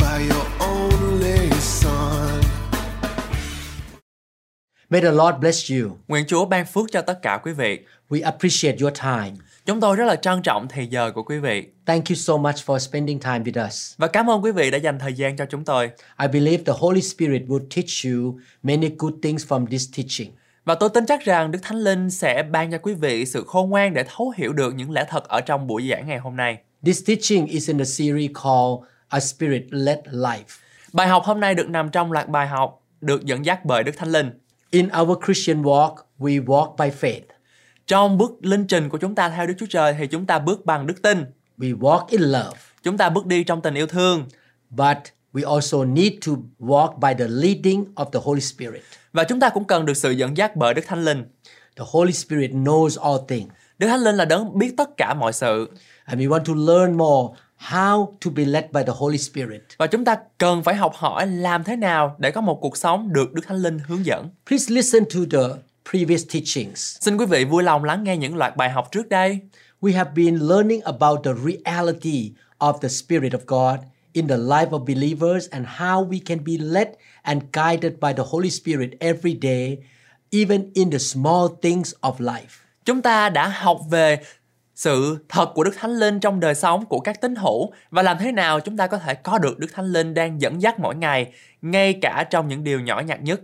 by your only son. May the Lord bless you. Nguyện Chúa ban phước cho tất cả quý vị. We appreciate your time. Chúng tôi rất là trân trọng thời giờ của quý vị Thank you so much for spending time with us. và cảm ơn quý vị đã dành thời gian cho chúng tôi. I believe the Holy Spirit will teach you many good things from this teaching. Và tôi tin chắc rằng Đức Thánh Linh sẽ ban cho quý vị sự khôn ngoan để thấu hiểu được những lẽ thật ở trong buổi giảng ngày hôm nay. This teaching is in a series called A Spirit Led Life. Bài học hôm nay được nằm trong loạt bài học được dẫn dắt bởi Đức Thánh Linh. In our Christian walk, we walk by faith. Trong bước linh trình của chúng ta theo Đức Chúa Trời thì chúng ta bước bằng đức tin. We walk in love, Chúng ta bước đi trong tình yêu thương but we also need to walk by the leading of the Holy Spirit. và chúng ta cũng cần được sự dẫn dắt bởi Đức Thánh Linh. The Holy Spirit knows all things, Đức Thánh Linh là đấng biết tất cả mọi sự and we want to learn more how to be led by the Holy Spirit. và chúng ta cần phải học hỏi làm thế nào để có một cuộc sống được Đức Thánh Linh hướng dẫn. Please listen to the previous teachings. Xin quý vị vui lòng lắng nghe những loạt bài học trước đây. We have been learning about the reality of the Spirit of God in the life of believers and how we can be led and guided by the Holy Spirit every day, even in the small things of life. Chúng ta đã học về sự thật của Đức Thánh Linh trong đời sống của các tín hữu và làm thế nào chúng ta có thể có được Đức Thánh Linh đang dẫn dắt mỗi ngày, ngay cả trong những điều nhỏ nhặt nhất.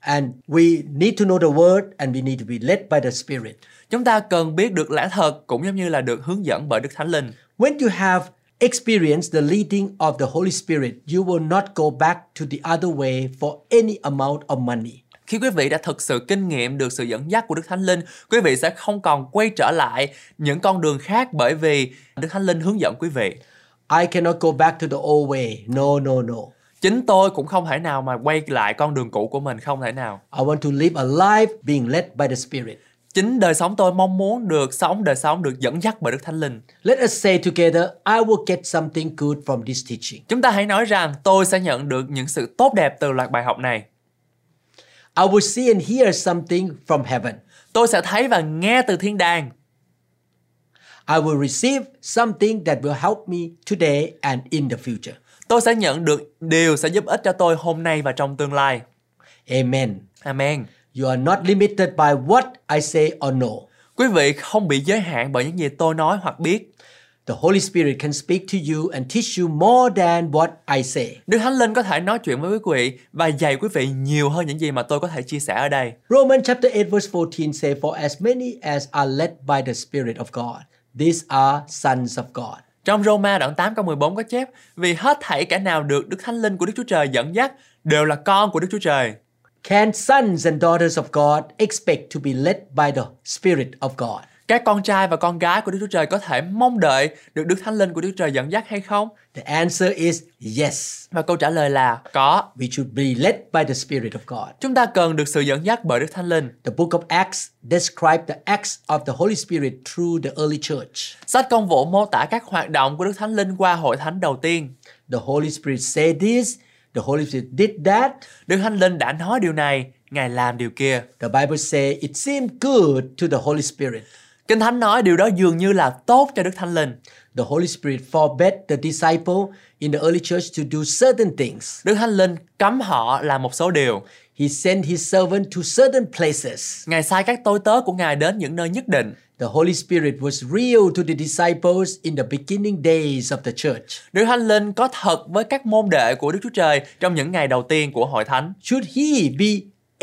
And we need to know the Word and we need to be led by the Spirit. Chúng ta cần biết được lẽ thật cũng giống như là được hướng dẫn bởi Đức Thánh Linh. When you have experienced the leading of the Holy Spirit, you will not go back to the other way for any amount of money. Khi quý vị đã thực sự kinh nghiệm được sự dẫn dắt của Đức Thánh Linh, quý vị sẽ không còn quay trở lại những con đường khác bởi vì Đức Thánh Linh hướng dẫn quý vị. I cannot go back to the old way. No, no, no. Chính tôi cũng không thể nào mà quay lại con đường cũ của mình, không thể nào. I want to live a life being led by the Spirit. Chính đời sống tôi mong muốn được sống đời sống được dẫn dắt bởi Đức Thánh Linh. Let us say together, I will get something good from this teaching. Chúng ta hãy nói rằng tôi sẽ nhận được những sự tốt đẹp từ loạt bài học này. I will see and hear something from heaven. Tôi sẽ thấy và nghe từ thiên đàng. I will receive something that will help me today and in the future. Tôi sẽ nhận được điều sẽ giúp ích cho tôi hôm nay và trong tương lai. Amen. Amen. You are not limited by what I say or know. Quý vị không bị giới hạn bởi những gì tôi nói hoặc biết. The Holy Spirit can speak to you and teach you more than what I say. Đức Thánh Linh có thể nói chuyện với quý vị và dạy quý vị nhiều hơn những gì mà tôi có thể chia sẻ ở đây. Romans chapter 8 verse 14 say for as many as are led by the spirit of God these are sons of God. Trong Roma đoạn 8 câu 14 có chép Vì hết thảy cả nào được Đức Thánh Linh của Đức Chúa Trời dẫn dắt đều là con của Đức Chúa Trời. Can sons and daughters of God expect to be led by the Spirit of God? Các con trai và con gái của Đức Chúa Trời có thể mong đợi được Đức Thánh Linh của Đức Chúa Trời dẫn dắt hay không? The answer is yes. Và câu trả lời là có. We should be led by the Spirit of God. Chúng ta cần được sự dẫn dắt bởi Đức Thánh Linh. The book of Acts describes the acts of the Holy Spirit through the early church. Sách công vụ mô tả các hoạt động của Đức Thánh Linh qua hội thánh đầu tiên. The Holy Spirit said this, the Holy Spirit did that. Đức Thánh Linh đã nói điều này, Ngài làm điều kia. The Bible says it seemed good to the Holy Spirit. Kinh Thánh nói điều đó dường như là tốt cho Đức Thánh Linh. The Holy Spirit forbade the disciple in the early church to do certain things. Đức Thánh Linh cấm họ làm một số điều. He sent his servant to certain places. Ngài sai các tôi tớ của Ngài đến những nơi nhất định. The Holy Spirit was real to the disciples in the beginning days of the church. Đức Thánh Linh có thật với các môn đệ của Đức Chúa Trời trong những ngày đầu tiên của hội thánh. Should he be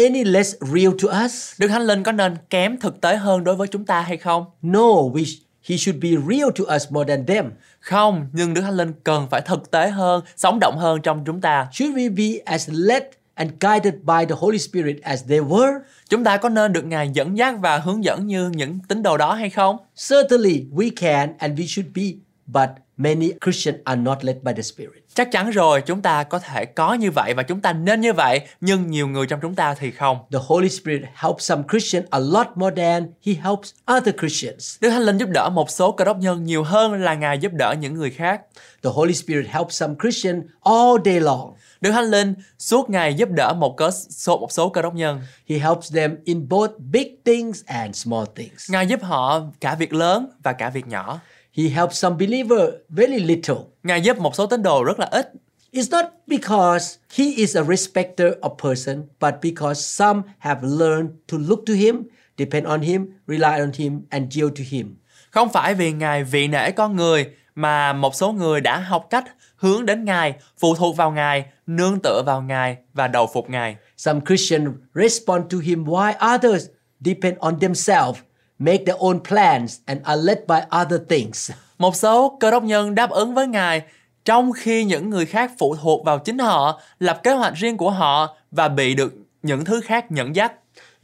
any less real to us? Đức Thánh Linh có nên kém thực tế hơn đối với chúng ta hay không? No, we sh- he should be real to us more than them. Không, nhưng Đức Thánh Linh cần phải thực tế hơn, sống động hơn trong chúng ta. Should we be as led and guided by the Holy Spirit as they were? Chúng ta có nên được Ngài dẫn dắt và hướng dẫn như những tín đồ đó hay không? Certainly we can and we should be, but Many Christians are not led by the Spirit. Chắc chắn rồi, chúng ta có thể có như vậy và chúng ta nên như vậy, nhưng nhiều người trong chúng ta thì không. The Holy Spirit helps some Christians a lot more than he helps other Christians. Đức Thánh Linh giúp đỡ một số cơ đốc nhân nhiều hơn là Ngài giúp đỡ những người khác. The Holy Spirit helps some Christians all day long. Đức Thánh Linh suốt ngày giúp đỡ một cớ số một số cơ đốc nhân. He helps them in both big things and small things. Ngài giúp họ cả việc lớn và cả việc nhỏ. He helps some believer very little. Ngài giúp một số tín đồ rất là ít. It's not because he is a respecter of person, but because some have learned to look to him, depend on him, rely on him, and yield to him. Không phải vì Ngài vị nể con người mà một số người đã học cách hướng đến Ngài, phụ thuộc vào Ngài, nương tựa vào Ngài và đầu phục Ngài. Some Christians respond to him while others depend on themselves, make their own plans, and are led by other things. Một số cơ đốc nhân đáp ứng với Ngài trong khi những người khác phụ thuộc vào chính họ, lập kế hoạch riêng của họ và bị được những thứ khác dẫn dắt.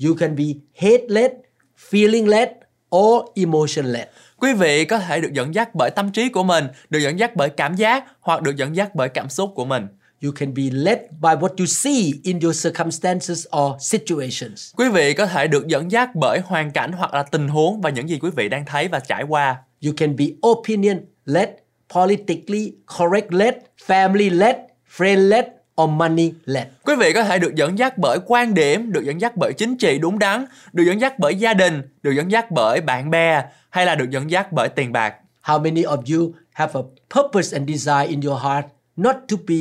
You can be head led, feeling led, or emotion led. Quý vị có thể được dẫn dắt bởi tâm trí của mình, được dẫn dắt bởi cảm giác hoặc được dẫn dắt bởi cảm xúc của mình. You can be led by what you see in your circumstances or situations. Quý vị có thể được dẫn dắt bởi hoàn cảnh hoặc là tình huống và những gì quý vị đang thấy và trải qua. You can be opinion led, politically correct led, family led, friend led, or money led. Quý vị có thể được dẫn dắt bởi quan điểm, được dẫn dắt bởi chính trị đúng đắn, được dẫn dắt bởi gia đình, được dẫn dắt bởi bạn bè hay là được dẫn dắt bởi tiền bạc. How many of you have a purpose and desire in your heart not to be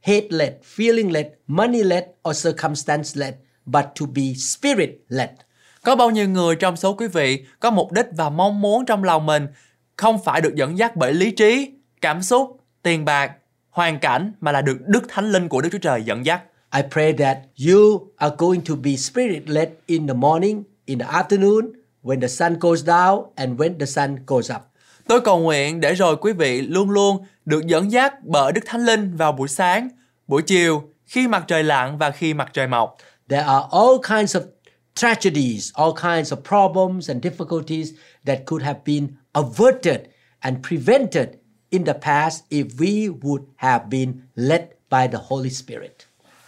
hate led, feeling led, money led, or circumstance led, but to be spirit led? Có bao nhiêu người trong số quý vị có mục đích và mong muốn trong lòng mình không phải được dẫn dắt bởi lý trí, cảm xúc, tiền bạc, hoàn cảnh mà là được Đức Thánh Linh của Đức Chúa Trời dẫn dắt. I pray that you are going to be spirit led in the morning, in the afternoon, when the sun goes down, and when the sun goes up. Tôi cầu nguyện để rồi quý vị luôn luôn được dẫn dắt bởi Đức Thánh Linh vào buổi sáng, buổi chiều, khi mặt trời lặn và khi mặt trời mọc. There are all kinds of tragedies, all kinds of problems and difficulties that could have been averted and prevented in the past if we would have been led by the Holy Spirit.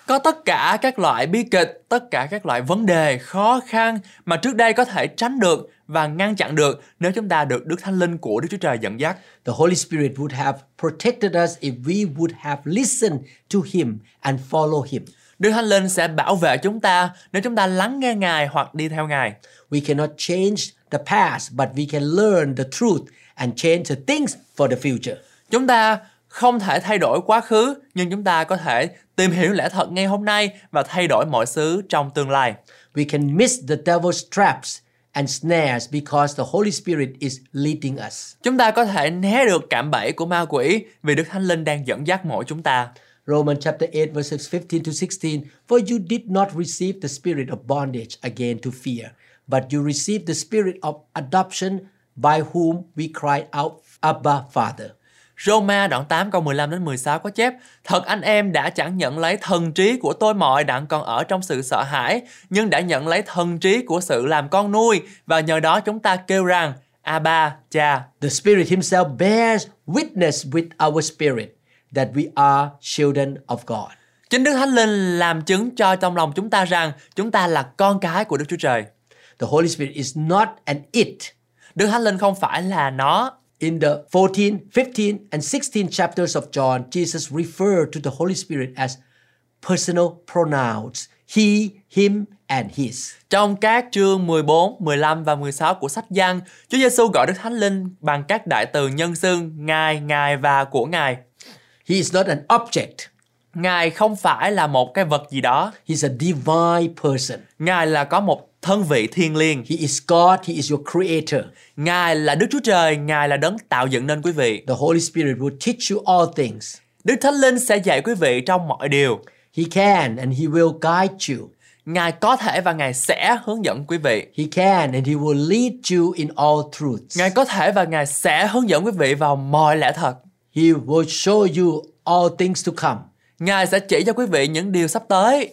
Có tất cả các loại bi kịch, tất cả các loại vấn đề, khó khăn mà trước đây có thể tránh được và ngăn chặn được nếu chúng ta được Đức Thánh Linh của Đức Chúa Trời dẫn dắt. The Holy Spirit would have protected us if we would have listened to Him and follow Him. Đức Thánh Linh sẽ bảo vệ chúng ta nếu chúng ta lắng nghe Ngài hoặc đi theo Ngài. We cannot change the past, but we can learn the truth and change the things for the future. Chúng ta không thể thay đổi quá khứ, nhưng chúng ta có thể tìm hiểu lẽ thật ngay hôm nay và thay đổi mọi thứ trong tương lai. We can miss the devil's traps and snares because the Holy Spirit is leading us. Chúng ta có thể né được cạm bẫy của ma quỷ vì Đức Thánh Linh đang dẫn dắt mỗi chúng ta. Romans chapter 8 verses 15 to 16 For you did not receive the spirit of bondage again to fear but you received the spirit of adoption by whom we cry out Abba Father Roma đoạn 8 câu 15 đến 16 có chép Thật anh em đã chẳng nhận lấy thần trí của tôi mọi đặng còn ở trong sự sợ hãi nhưng đã nhận lấy thần trí của sự làm con nuôi và nhờ đó chúng ta kêu rằng Abba, cha. The spirit himself bears witness with our spirit that we are children of God Chính Đức Thánh Linh làm chứng cho trong lòng chúng ta rằng chúng ta là con cái của Đức Chúa Trời. The Holy Spirit is not an it Đức Thánh Linh không phải là nó. In the 14, 15, and 16 chapters of John, Jesus referred to the Holy Spirit as personal pronouns he, him, and his. Trong các chương 14, 15 và 16 của sách Giăng, Chúa Giêsu gọi Đức Thánh Linh bằng các đại từ nhân xưng Ngài, Ngài và của Ngài. He is not an object, Ngài không phải là một cái vật gì đó, he's a divine person. Ngài là có một thân vị thiêng liêng. He is God, he is your creator. Ngài là Đức Chúa Trời, Ngài là đấng tạo dựng nên quý vị. The Holy Spirit will teach you all things. Đức Thánh Linh sẽ dạy quý vị trong mọi điều. He can and he will guide you. Ngài có thể và Ngài sẽ hướng dẫn quý vị. He can and he will lead you in all truths. Ngài có thể và Ngài sẽ hướng dẫn quý vị vào mọi lẽ thật. He will show you all things to come. Ngài sẽ chỉ cho quý vị những điều sắp tới.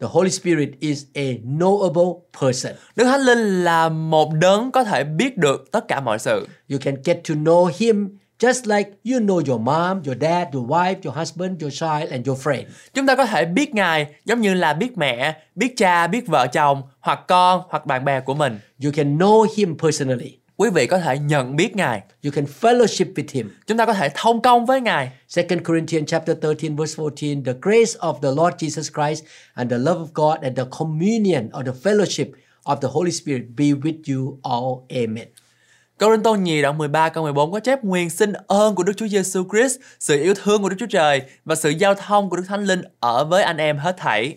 The Holy Spirit is a knowable person. Đức Thánh Linh là một đấng có thể biết được tất cả mọi sự. You can get to know him Just like you know your mom, your dad, your wife, your husband, your child, and your friend. Chúng ta có thể biết Ngài giống như là biết mẹ, biết cha, biết vợ chồng, hoặc con, hoặc bạn bè của mình. You can know Him personally. Quý vị có thể nhận biết Ngài. You can fellowship with Him. Chúng ta có thể thông công với Ngài. 2 Corinthians chapter 13 verse 14 the grace of the Lord Jesus Christ and the love of God and the communion or the fellowship of the Holy Spirit be with you all amen Corinto nhì đoạn 13 câu 14 có chép nguyên xin ơn của Đức Chúa Giêsu Christ, sự yêu thương của Đức Chúa Trời và sự giao thông của Đức Thánh Linh ở với anh em hết thảy.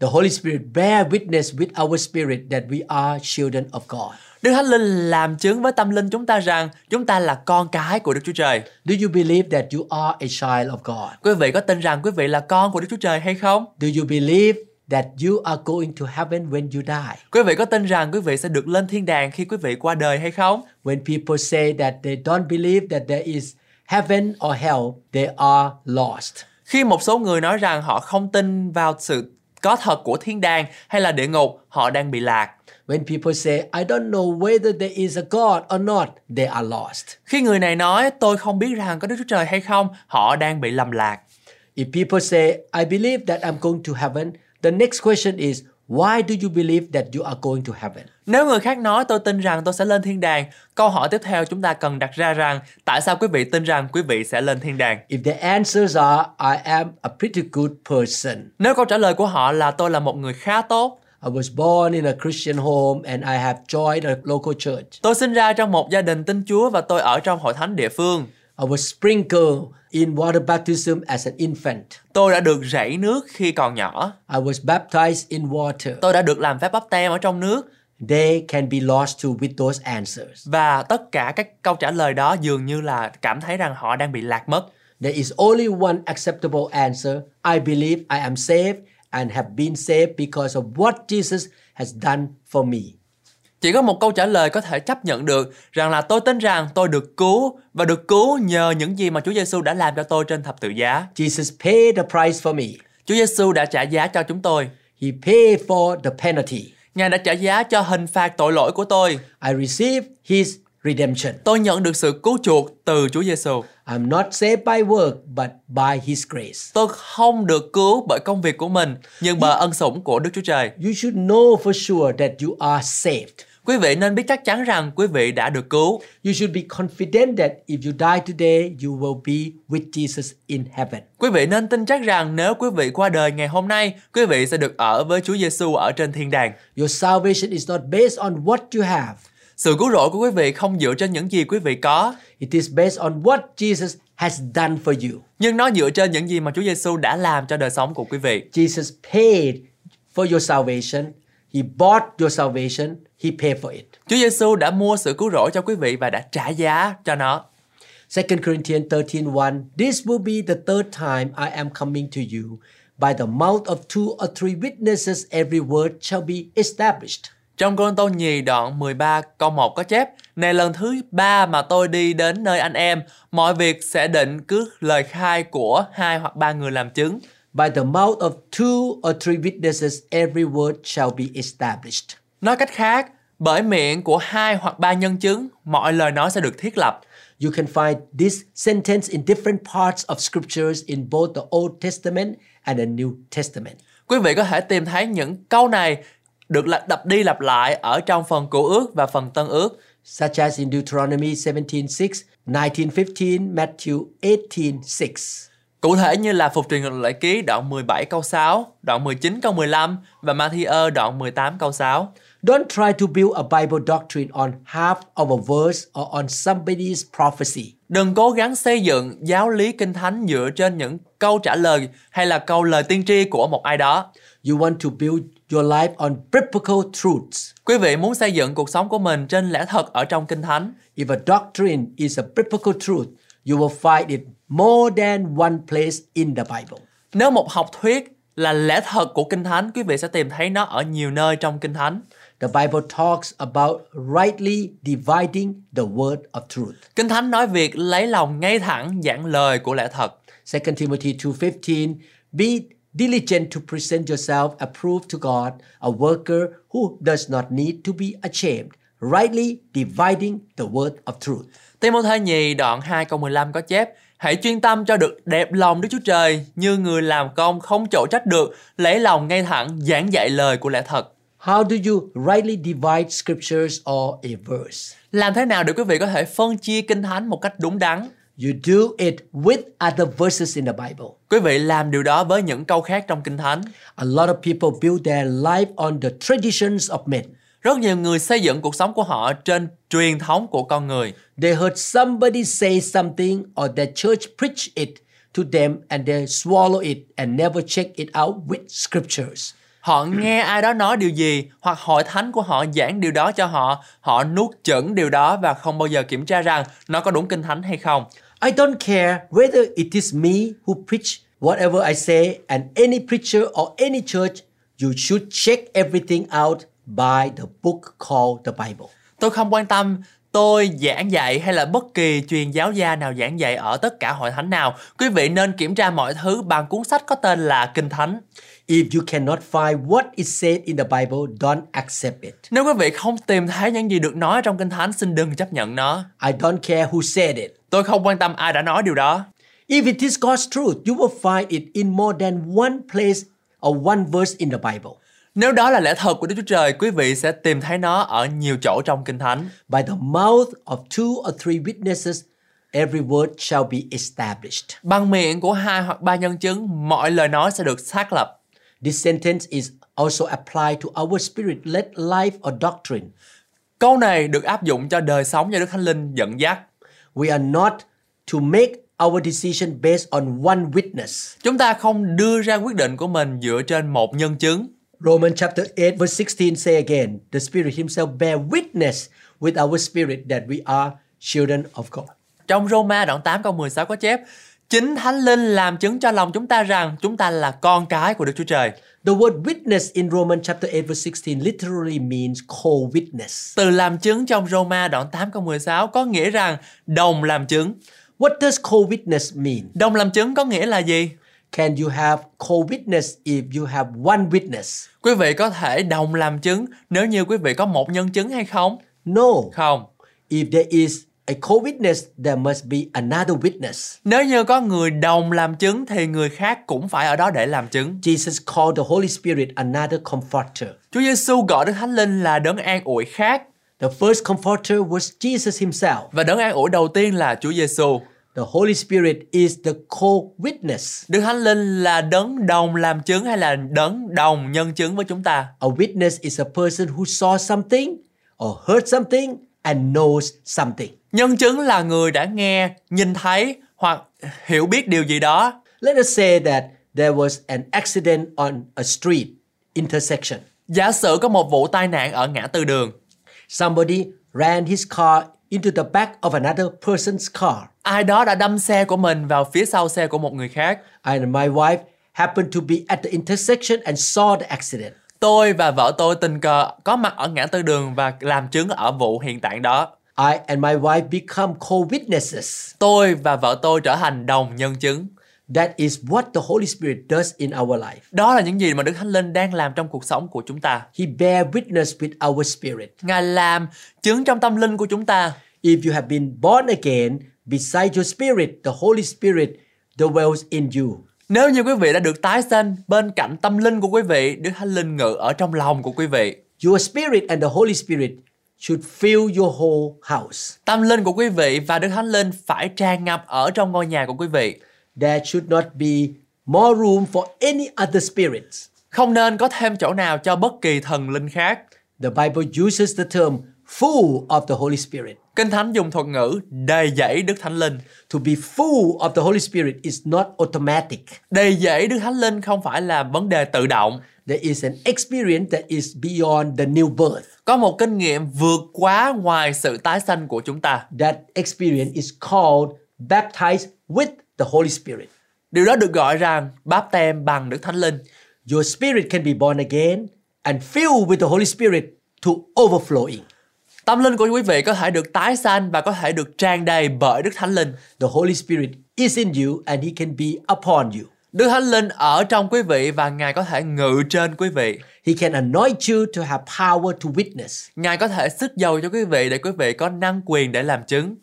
the Holy Spirit bear witness with our spirit that we are children of God Đức Thánh Linh làm chứng với tâm linh chúng ta rằng chúng ta là con cái của Đức Chúa Trời. do you believe that you are a child of God Quý vị có tin rằng quý vị là con của Đức Chúa Trời hay không? do you believe that you are going to heaven when you die Quý vị có tin rằng quý vị sẽ được lên thiên đàng khi quý vị qua đời hay không? when people say that they don't believe that there is heaven or hell they are lost Khi một số người nói rằng họ không tin vào sự có thật của thiên đàng hay là địa ngục, họ đang bị lạc. When people say, I don't know whether there is a God or not, they are lost. Khi người này nói tôi không biết rằng có Đức Chúa Trời hay không, họ đang bị lầm lạc. If people say, I believe that I'm going to heaven, the next question is, why do you believe that you are going to heaven? Nếu người khác nói tôi tin rằng tôi sẽ lên thiên đàng, câu hỏi tiếp theo chúng ta cần đặt ra rằng tại sao quý vị tin rằng quý vị sẽ lên thiên đàng? If the answers are, I am a pretty good person. Nếu câu trả lời của họ là tôi là một người khá tốt, I was born in a Christian home and I have joined a local church. tôi sinh ra trong một gia đình tin Chúa và tôi ở trong hội thánh địa phương, I was sprinkled in water baptism as an infant. tôi đã được rảy nước khi còn nhỏ, I was baptized in water. tôi đã được làm phép bắp tem ở trong nước They can be lost too with those answers. và tất cả các câu trả lời đó dường như là cảm thấy rằng họ đang bị lạc mất. There is only one acceptable answer. I believe I am saved and have been saved because of what Jesus has done for me. Chỉ có một câu trả lời có thể chấp nhận được rằng là tôi tin rằng tôi được cứu và được cứu nhờ những gì mà Chúa Giêsu đã làm cho tôi trên thập tự giá. Jesus paid the price for me. Chúa Giêsu đã trả giá cho chúng tôi. He paid for the penalty. Ngài đã trả giá cho hình phạt tội lỗi của tôi. I received his redemption. Tôi nhận được sự cứu chuộc từ Chúa Giêsu. I'm not saved by work but by his grace. Tôi không được cứu bởi công việc của mình, nhưng bởi ân sủng của Đức Chúa Trời. You should know for sure that you are saved. Quý vị nên biết chắc chắn rằng quý vị đã được cứu. You should be confident that if you die today, you will be with Jesus in heaven. Quý vị nên tin chắc rằng nếu quý vị qua đời ngày hôm nay, quý vị sẽ được ở với Chúa Giêsu ở trên thiên đàng. Your salvation is not based on what you have. Sự cứu rỗi của quý vị không dựa trên những gì quý vị có, It is based on what Jesus has done for you. nhưng nó dựa trên những gì mà Chúa Giêsu đã làm cho đời sống của quý vị. Jesus paid for your salvation. He bought your salvation. He paid for it. Chúa Giêsu đã mua sự cứu rỗi cho quý vị và đã trả giá cho nó. 2 Corinthians 13:1 This will be the third time I am coming to you. By the mouth of two or three witnesses every word shall be established. Trong Côn Tô Nhì đoạn 13 câu 1 có chép Này lần thứ ba mà tôi đi đến nơi anh em Mọi việc sẽ định cứ lời khai của hai hoặc ba người làm chứng By the mouth of two or three witnesses every word shall be established. Nói cách khác Bởi miệng của hai hoặc ba nhân chứng Mọi lời nói sẽ được thiết lập You can find this sentence in different parts of scriptures in both the Old Testament and the New Testament. Quý vị có thể tìm thấy những câu này được lặp đập đi lặp lại ở trong phần cũ ước và phần tân ước such as in Deuteronomy 17:6, 19:15, Matthew 18:6. Cụ thể như là Phục truyền luật lệ ký đoạn 17 câu 6, đoạn 19 câu 15 và Matthew đoạn 18 câu 6. Don't try to build a Bible doctrine on half of a verse or on somebody's prophecy. Đừng cố gắng xây dựng giáo lý kinh thánh dựa trên những câu trả lời hay là câu lời tiên tri của một ai đó. You want to build your life on biblical truths. Quý vị muốn xây dựng cuộc sống của mình trên lẽ thật ở trong kinh thánh. If a doctrine is a biblical truth, you will find it more than one place in the Bible. Nếu một học thuyết là lẽ thật của kinh thánh, quý vị sẽ tìm thấy nó ở nhiều nơi trong kinh thánh. The Bible talks about rightly dividing the word of truth. Kinh thánh nói việc lấy lòng ngay thẳng giảng lời của lẽ thật. 2 Timothy 2:15 Be diligent to present yourself approved to God, a worker who does not need to be ashamed, rightly dividing the word of truth. Timôthê nhì đoạn 2 câu 15 có chép Hãy chuyên tâm cho được đẹp lòng Đức Chúa Trời như người làm công không chỗ trách được, lấy lòng ngay thẳng, giảng dạy lời của lẽ thật. How do you rightly divide scriptures or a verse? Làm thế nào để quý vị có thể phân chia kinh thánh một cách đúng đắn? You do it with other verses in the Bible. Quý vị làm điều đó với những câu khác trong kinh thánh. A lot of people build their life on the traditions of men. Rất nhiều người xây dựng cuộc sống của họ trên truyền thống của con người. They heard somebody say something or their church preach it to them and they swallow it and never check it out with scriptures. Họ nghe ai đó nói điều gì hoặc hội thánh của họ giảng điều đó cho họ, họ nuốt chửng điều đó và không bao giờ kiểm tra rằng nó có đúng kinh thánh hay không. I don't care whether it is me who preach whatever I say and any preacher or any church, you should check everything out by the book called the Bible. Tôi không quan tâm tôi giảng dạy hay là bất kỳ truyền giáo gia nào giảng dạy ở tất cả hội thánh nào, quý vị nên kiểm tra mọi thứ bằng cuốn sách có tên là Kinh Thánh. If you cannot find what is said in the Bible, don't accept it. Nếu quý vị không tìm thấy những gì được nói trong Kinh Thánh, xin đừng chấp nhận nó. I don't care who said it. Tôi không quan tâm ai đã nói điều đó. If it is God's truth, you will find it in more than one place or one verse in the Bible. Nếu đó là lẽ thật của Đức Chúa Trời, quý vị sẽ tìm thấy nó ở nhiều chỗ trong Kinh Thánh. By the mouth of two or three witnesses, every word shall be established. Bằng miệng của hai hoặc ba nhân chứng, mọi lời nói sẽ được xác lập. This sentence is also applied to our spirit led life or doctrine. Câu này được áp dụng cho đời sống do Đức Thánh Linh dẫn dắt. We are not to make our decision based on one witness. Chúng ta không đưa ra quyết định của mình dựa trên một nhân chứng. Romans chapter 8 verse 16 say again, the spirit himself bear witness with our spirit that we are children of God. Trong Roma đoạn 8 câu 16 có chép Chính Thánh Linh làm chứng cho lòng chúng ta rằng chúng ta là con cái của Đức Chúa Trời. The word witness in Romans chapter 8 verse 16 literally means co-witness. Từ làm chứng trong Roma đoạn 8 câu 16 có nghĩa rằng đồng làm chứng. What does co-witness mean? Đồng làm chứng có nghĩa là gì? Can you have co-witness if you have one witness? Quý vị có thể đồng làm chứng nếu như quý vị có một nhân chứng hay không? No. Không. If there is a co-witness, there must be another witness. Nếu như có người đồng làm chứng thì người khác cũng phải ở đó để làm chứng. Jesus called the Holy Spirit another comforter. Chúa Giêsu gọi Đức Thánh Linh là đấng an ủi khác The first comforter was Jesus himself. và đấng an ủi đầu tiên là Chúa Giêsu. The Holy Spirit is the co-witness. Đức Thánh Linh là đấng đồng làm chứng hay là đấng đồng nhân chứng với chúng ta? A witness is a person who saw something or heard something and knows something. Nhân chứng là người đã nghe, nhìn thấy hoặc hiểu biết điều gì đó. Let us say that there was an accident on a street intersection. Giả sử có một vụ tai nạn ở ngã tư đường, Somebody ran his car into the back of another person's car, ai đó đã đâm xe của mình vào phía sau xe của một người khác. and my wife happened to be at the intersection and saw the accident. Tôi và vợ tôi tình cờ có mặt ở ngã tư đường và làm chứng ở vụ hiện tại đó. I and my wife become co-witnesses. Tôi và vợ tôi trở thành đồng nhân chứng. That is what the Holy Spirit does in our life. Đó là những gì mà Đức Thánh Linh đang làm trong cuộc sống của chúng ta. He bear witness with our spirit. Ngài làm chứng trong tâm linh của chúng ta. If you have been born again, beside your spirit, the Holy Spirit dwells in you. Nếu như quý vị đã được tái sinh bên cạnh tâm linh của quý vị, Đức Thánh Linh ngự ở trong lòng của quý vị. Your spirit and the Holy Spirit should fill your whole house. Tâm linh của quý vị và Đức Thánh Linh phải tràn ngập ở trong ngôi nhà của quý vị. There should not be more room for any other spirits. Không nên có thêm chỗ nào cho bất kỳ thần linh khác. The Bible uses the term full of the Holy Spirit. Kinh Thánh dùng thuật ngữ đầy dẫy Đức Thánh Linh. To be full of the Holy Spirit is not automatic. Đầy dẫy Đức Thánh Linh không phải là vấn đề tự động. There is an experience that is beyond the new birth. Có một kinh nghiệm vượt quá ngoài sự tái sanh của chúng ta. That experience is called baptized with the Holy Spirit. Điều đó được gọi rằng báp tem bằng Đức Thánh Linh. Your spirit can be born again and filled with the Holy Spirit to overflowing. Tâm linh của quý vị có thể được tái sanh và có thể được tràn đầy bởi Đức Thánh Linh. The Holy Spirit is in you and He can be upon you. Đức Thánh Linh ở trong quý vị và Ngài có thể ngự trên quý vị. He can anoint you to have power to witness. Ngài có thể sức dầu cho quý vị để quý vị có năng quyền để làm chứng.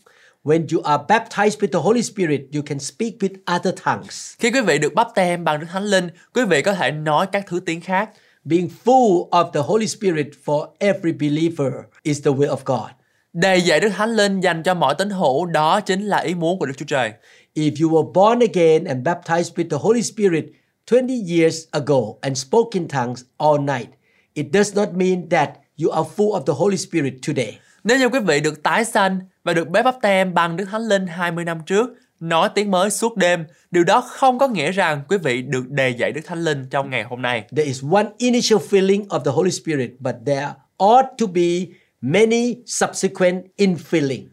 When you are baptized with the Holy Spirit, you can speak with other tongues. Khi quý vị được bắp tem bằng Đức Thánh Linh, quý vị có thể nói các thứ tiếng khác. Being full of the Holy Spirit for every believer is the will of God. Đầy dạy Đức Thánh Linh dành cho mọi tín hữu đó chính là ý muốn của Đức Chúa Trời. If you were born again and baptized with the Holy Spirit 20 years ago and spoke in tongues all night, it does not mean that you are full of the Holy Spirit today. Nếu như quý vị được tái sanh và được bế bắp tem bằng Đức Thánh Linh 20 năm trước, nói tiếng mới suốt đêm, điều đó không có nghĩa rằng quý vị được đề dạy Đức Thánh Linh trong ngày hôm nay. There is one initial filling of the Holy Spirit, but there ought to be many subsequent infilling.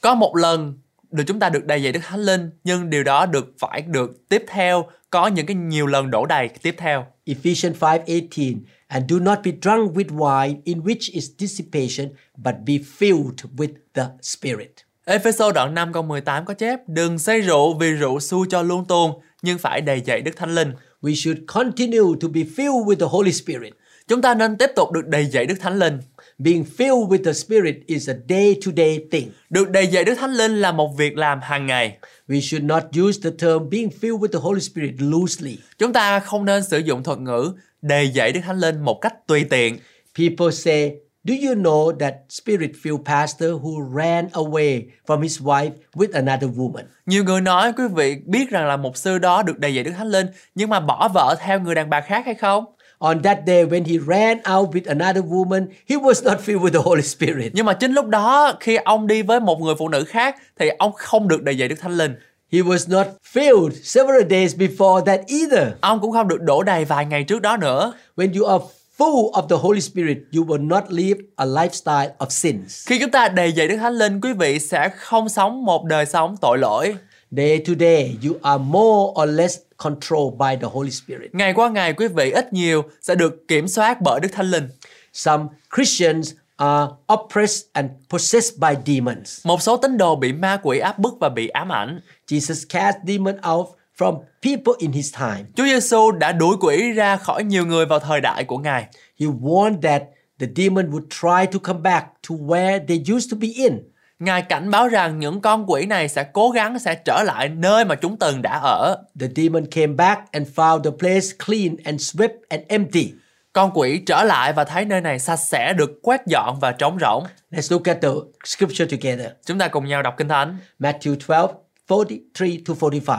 Có một lần được chúng ta được đầy dạy Đức Thánh Linh, nhưng điều đó được phải được tiếp theo có những cái nhiều lần đổ đầy tiếp theo. Ephesians 5:18 and do not be drunk with wine in which is dissipation but be filled with the spirit. Ephesos đoạn 5 câu 18 có chép Đừng say rượu vì rượu xui cho luôn tuồn, nhưng phải đầy dạy Đức Thánh Linh. We should continue to be filled with the Holy Spirit. Chúng ta nên tiếp tục được đầy dạy Đức Thánh Linh. Being filled with the spirit is a day-to-day thing. Được đầy dạy Đức Thánh Linh là một việc làm hàng ngày. We should not use the term being filled with the Holy Spirit loosely. Chúng ta không nên sử dụng thuật ngữ đầy dạy Đức Thánh Linh một cách tùy tiện. People say, "Do you know that spirit-filled pastor who ran away from his wife with another woman?" Nhiều người nói quý vị biết rằng là mục sư đó được đầy dạy Đức Thánh Linh nhưng mà bỏ vợ theo người đàn bà khác hay không? On that day when he ran out with another woman, he was not filled with the Holy Spirit. Nhưng mà chính lúc đó khi ông đi với một người phụ nữ khác thì ông không được đầy dạy Đức Thánh Linh. He was not filled several days before that either. Ông cũng không được đổ đầy vài ngày trước đó nữa. When you are full of the Holy Spirit, you will not live a lifestyle of sins. Khi chúng ta đầy dạy Đức Thánh Linh, quý vị sẽ không sống một đời sống tội lỗi. Day to day, you are more or less controlled by the Holy Spirit. Ngày qua ngày quý vị ít nhiều sẽ được kiểm soát bởi Đức Thánh Linh. Some Christians are oppressed and possessed by demons. Một số tín đồ bị ma quỷ áp bức và bị ám ảnh. Jesus cast demons out from people in his time. Chúa Giêsu đã đuổi quỷ ra khỏi nhiều người vào thời đại của Ngài. He warned that the demon would try to come back to where they used to be in. Ngài cảnh báo rằng những con quỷ này sẽ cố gắng sẽ trở lại nơi mà chúng từng đã ở. The demon came back and found the place clean and swept and empty. Con quỷ trở lại và thấy nơi này sạch sẽ được quét dọn và trống rỗng. Let's look at the scripture together. Chúng ta cùng nhau đọc Kinh Thánh. Matthew 12, 43 to 45.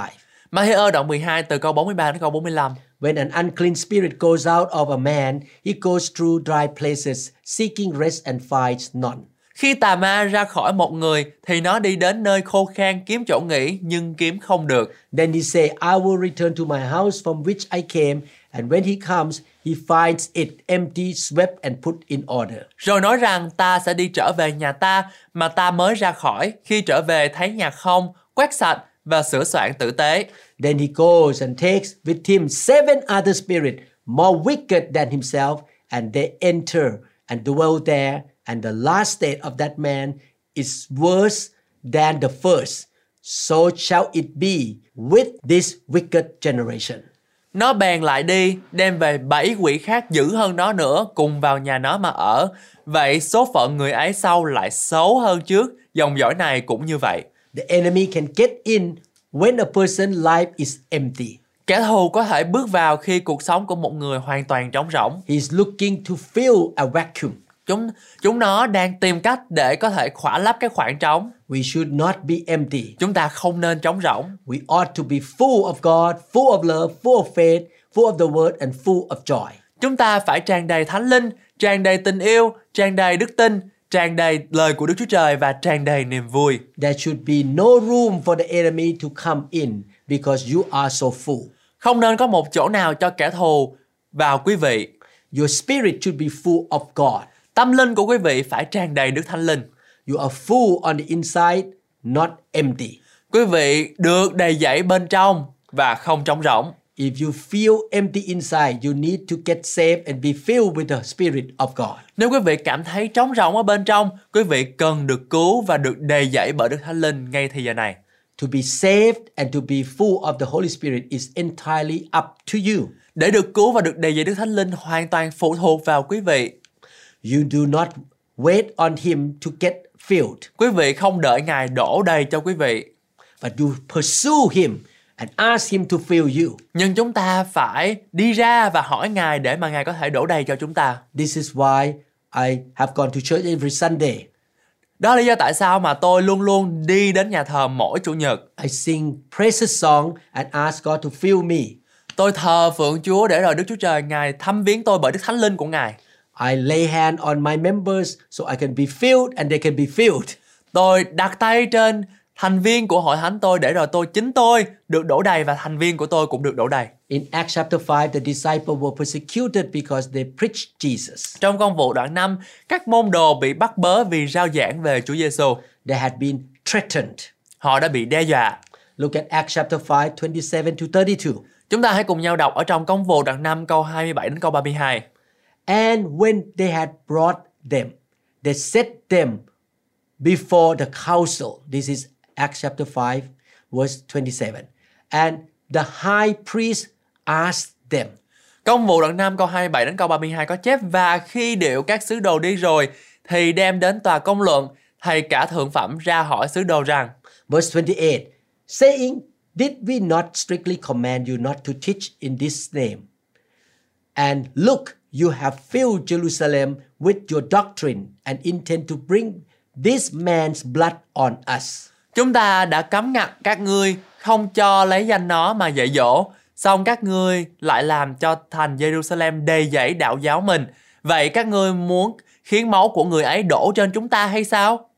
Ma-thi-ơ đoạn 12 từ câu 43 đến câu 45. When an unclean spirit goes out of a man, he goes through dry places, seeking rest and finds none. Khi tà ma ra khỏi một người thì nó đi đến nơi khô khan kiếm chỗ nghỉ nhưng kiếm không được. Then he say, I will return to my house from which I came, and when he comes, he finds it empty, swept, and put in order. Rồi nói rằng ta sẽ đi trở về nhà ta mà ta mới ra khỏi. Khi trở về thấy nhà không, quét sạch và sửa soạn tử tế. Then he goes and takes with him seven other spirits more wicked than himself, and they enter and dwell there. And the last state of that man is worse than the first. So shall it be with this wicked generation. Nó bèn lại đi, đem về bảy quỷ khác dữ hơn nó nữa cùng vào nhà nó mà ở. Vậy số phận người ấy sau lại xấu hơn trước, dòng dõi này cũng như vậy. The enemy can get in when a person's life is empty. Kẻ thù có thể bước vào khi cuộc sống của một người hoàn toàn trống rỗng. He's looking to fill a vacuum. Chúng chúng nó đang tìm cách để có thể khỏa lấp cái khoảng trống. We should not be empty. Chúng ta không nên trống rỗng. We ought to be full of God, full of love, full of faith, full of the word, and full of joy. Chúng ta phải tràn đầy thánh linh, tràn đầy tình yêu, tràn đầy đức tin, tràn đầy lời của Đức Chúa Trời và tràn đầy niềm vui. There should be no room for the enemy to come in because you are so full. Không nên có một chỗ nào cho kẻ thù vào quý vị. Your spirit should be full of God. Tâm linh của quý vị phải tràn đầy Đức Thánh Linh. You are full on the inside, not empty. Quý vị được đầy dẫy bên trong và không trống rỗng. If you feel empty inside, you need to get saved and be filled with the Spirit of God. Nếu quý vị cảm thấy trống rỗng ở bên trong, quý vị cần được cứu và được đầy dẫy bởi Đức Thánh Linh ngay thời giờ này. to be saved and to be full of the Holy Spirit is entirely up to you. Để được cứu và được đầy dạy Đức Thánh Linh hoàn toàn phụ thuộc vào quý vị. You do not wait on Him to get filled, Quý vị không đợi Ngài đổ đầy cho quý vị, but you pursue Him and ask Him to fill you. nhưng chúng ta phải đi ra và hỏi Ngài để mà Ngài có thể đổ đầy cho chúng ta. This is why I have gone to church every Sunday. Đó là lý do tại sao mà tôi luôn luôn đi đến nhà thờ mỗi chủ nhật. I sing praises song and ask God to fill me. Tôi thờ phượng Chúa để rồi Đức Chúa Trời Ngài thăm viếng tôi bởi Đức Thánh Linh của Ngài. I lay hand on my members so I can be filled and they can be filled. Tôi đặt tay trên thành viên của hội thánh tôi để rồi tôi chính tôi được đổ đầy và thành viên của tôi cũng được đổ đầy. In Acts chapter 5, the disciples were persecuted because they preached Jesus. Trong công vụ đoạn 5, các môn đồ bị bắt bớ vì rao giảng về Chúa Giêsu. They had been threatened. Họ đã bị đe dọa. Look at Acts chapter 5, 27 to 32. Chúng ta hãy cùng nhau đọc ở trong công vụ đoạn 5 câu 27 đến câu 32. And when they had brought them, they set them before the council. This is Acts chapter 5, verse 27. And the high priest asked them, Công vụ đoạn 5 câu 27 đến câu 32 có chép và khi điệu các sứ đồ đi rồi thì đem đến tòa công luận thầy cả thượng phẩm ra hỏi sứ đồ rằng verse 28, saying, Did we not strictly command you not to teach in this name? And look, you have filled Jerusalem with your doctrine and intend to bring this man's blood on us. chúng ta đã cấm ngặt các ngươi không cho lấy danh nó mà dạy dỗ xong các ngươi lại làm cho thành Jerusalem đầy dẫy đạo giáo mình vậy các ngươi muốn khiến máu của người ấy đổ trên chúng ta hay sao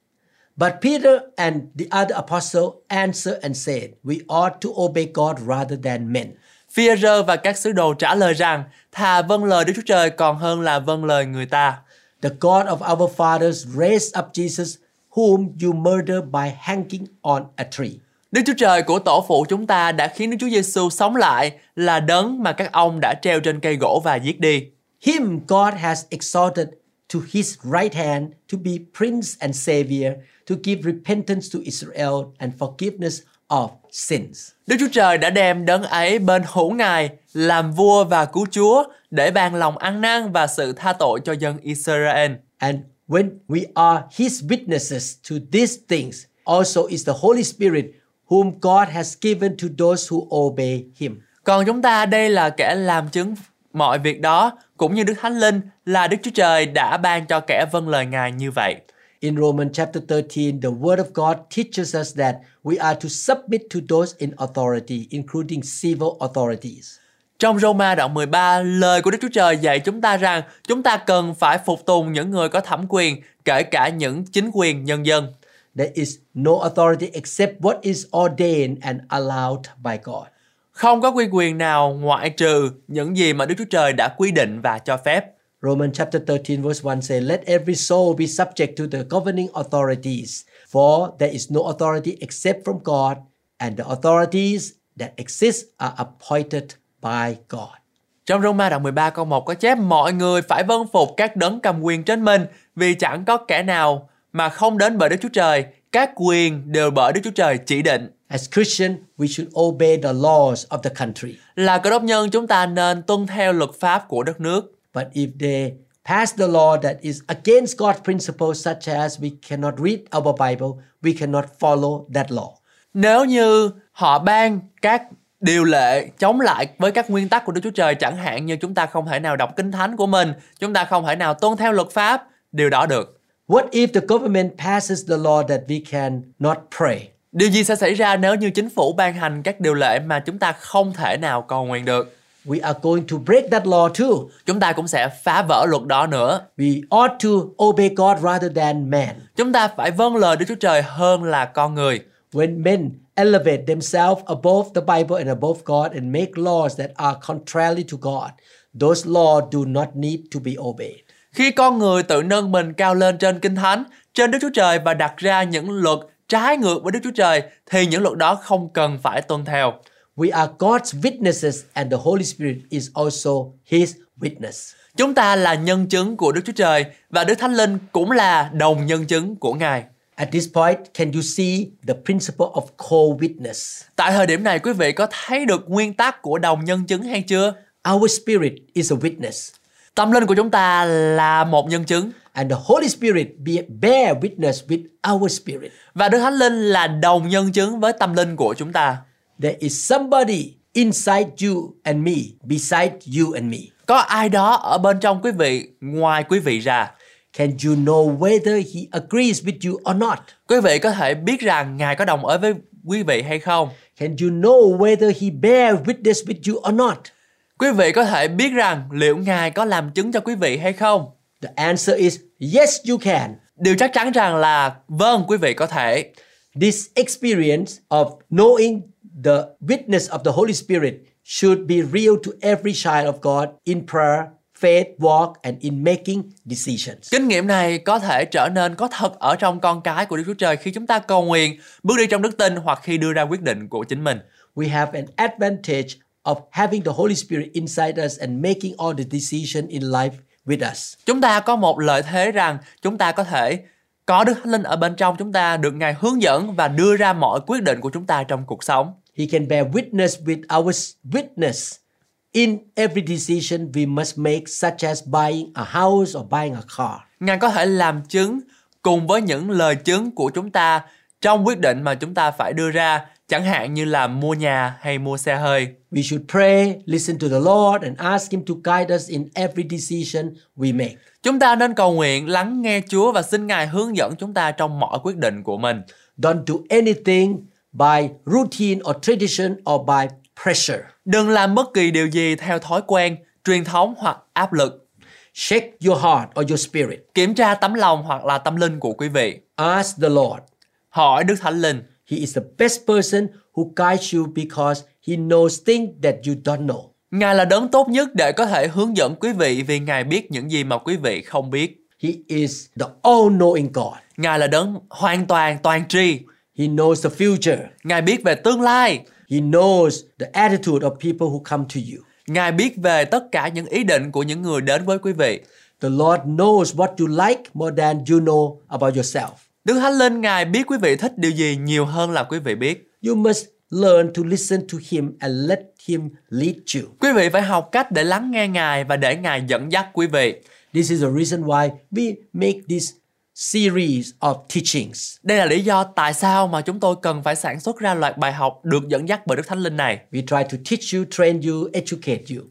But Peter and the other apostle answered and said, We ought to obey God rather than men. Phi-e-rơ và các sứ đồ trả lời rằng thà vâng lời Đức Chúa Trời còn hơn là vâng lời người ta The God of our fathers raised up Jesus, whom you murdered by hanging on a tree. Đức Chúa Trời của tổ phụ chúng ta đã khiến Đức Chúa Giêsu sống lại là đấng mà các ông đã treo trên cây gỗ và giết đi. Him God has exalted to his right hand to be prince and savior, to give repentance to Israel and forgiveness of sins. Đức Chúa Trời đã đem đấng ấy bên hữu Ngài làm vua và cứu Chúa để ban lòng ăn năn và sự tha tội cho dân Israel. And when we are his witnesses to these things, also is the Holy Spirit, whom God has given to those who obey him. Còn chúng ta đây là kẻ làm chứng mọi việc đó, cũng như Đức Thánh Linh là Đức Chúa Trời đã ban cho kẻ vâng lời Ngài như vậy. In Romans chapter 13, the Word of God teaches us that we are to submit to those in authority, including civil authorities. Trong Roma đoạn 13, lời của Đức Chúa Trời dạy chúng ta rằng chúng ta cần phải phục tùng những người có thẩm quyền, kể cả những chính quyền nhân dân. There is no authority except what is ordained and allowed by God. Không có quy quyền nào ngoại trừ những gì mà Đức Chúa Trời đã quy định và cho phép. Romans chapter 13, verse 1 says, Let every soul be subject to the governing authorities, for there is no authority except from God, and the authorities that exist are appointed by God. Trong Roma đoạn 13 câu 1 có chép mọi người phải vâng phục các đấng cầm quyền trên mình vì chẳng có kẻ nào mà không đến bởi Đức Chúa Trời. Các quyền đều bởi Đức Chúa Trời chỉ định. As Christian, we should obey the laws of the country. Là cơ đốc nhân chúng ta nên tuân theo luật pháp của đất nước. But if they pass the law that is against God's principles, such as we cannot read our Bible, we cannot follow that law. Nếu như họ ban các điều lệ chống lại với các nguyên tắc của Đức Chúa Trời chẳng hạn như chúng ta không thể nào đọc kinh thánh của mình, chúng ta không thể nào tuân theo luật pháp, điều đó được. What if the government passes the law that we cannot pray? Điều gì sẽ xảy ra nếu như chính phủ ban hành các điều lệ mà chúng ta không thể nào cầu nguyện được? We are going to break that law too. Chúng ta cũng sẽ phá vỡ luật đó nữa. We ought to obey God rather than man. Chúng ta phải vâng lời Đức Chúa Trời hơn là con người. When men elevate themselves above the Bible and above God and make laws that are contrary to God, those laws do not need to be obeyed. Khi con người tự nâng mình cao lên trên kinh thánh, trên Đức Chúa Trời và đặt ra những luật trái ngược với Đức Chúa Trời thì những luật đó không cần phải tuân theo. We are God's witnesses, and the Holy Spirit is also His witness. Chúng ta là nhân chứng của Đức Chúa Trời và Đức Thánh Linh cũng là đồng nhân chứng của Ngài. At this point, can you see the principle of co-witness? Tại thời điểm này quý vị có thấy được nguyên tắc của đồng nhân chứng hay chưa? Our spirit is a witness, Tâm linh của chúng ta là một nhân chứng and the Holy Spirit be- bear witness with our spirit. và Đức Thánh Linh là đồng nhân chứng với tâm linh của chúng ta. There is somebody inside you and me, beside you and me. Có ai đó ở bên trong quý vị ngoài quý vị ra. Can you know whether he agrees with you or not? Quý vị có thể biết rằng Ngài có đồng ở với quý vị hay không? Can you know whether he bear witness with you or not? Quý vị có thể biết rằng liệu Ngài có làm chứng cho quý vị hay không? The answer is yes, you can. Điều chắc chắn rằng là vâng quý vị có thể. This experience of knowing the witness of the Holy Spirit should be real to every child of God in prayer, faith, walk, and in making decisions. Kinh nghiệm này có thể trở nên có thật ở trong con cái của Đức Chúa Trời khi chúng ta cầu nguyện, bước đi trong đức tin hoặc khi đưa ra quyết định của chính mình. We have an advantage of having the Holy Spirit inside us and making all the decision in life with us. Chúng ta có một lợi thế rằng chúng ta có thể có Đức Thánh Linh ở bên trong chúng ta được Ngài hướng dẫn và đưa ra mọi quyết định của chúng ta trong cuộc sống. He can bear witness with our s- witness in every decision we must make, such as buying a house or buying a car. Ngài có thể làm chứng cùng với những lời chứng của chúng ta trong quyết định mà chúng ta phải đưa ra, chẳng hạn như là mua nhà hay mua xe hơi. We should pray, listen to the Lord, and ask Him to guide us in every decision we make. Chúng ta nên cầu nguyện, lắng nghe Chúa và xin Ngài hướng dẫn chúng ta trong mọi quyết định của mình. Don't do anything by routine or tradition or by pressure. Đừng làm bất kỳ điều gì theo thói quen, truyền thống hoặc áp lực. Check your heart or your spirit. Kiểm tra tấm lòng hoặc là tâm linh của quý vị. Ask the Lord. Hỏi Đức Thánh Linh. He is the best person who guides you because He knows things that you don't know. Ngài là đấng tốt nhất để có thể hướng dẫn quý vị vì Ngài biết những gì mà quý vị không biết. He is the all knowing God. Ngài là đấng hoàn toàn toàn tri. He knows the future. Ngài biết về tương lai. He knows the attitude of people who come to you. Ngài biết về tất cả những ý định của những người đến với quý vị. The Lord knows what you like more than you know about yourself. Đức Thánh Linh Ngài biết quý vị thích điều gì nhiều hơn là quý vị biết. You must learn to listen to Him and let Him lead you. Quý vị phải học cách để lắng nghe Ngài và để Ngài dẫn dắt quý vị. This is the reason why we make this series of teachings. Đây là lý do tại sao mà chúng tôi cần phải sản xuất ra loạt bài học được dẫn dắt bởi Đức Thánh Linh này. We try to teach you, train you, educate you.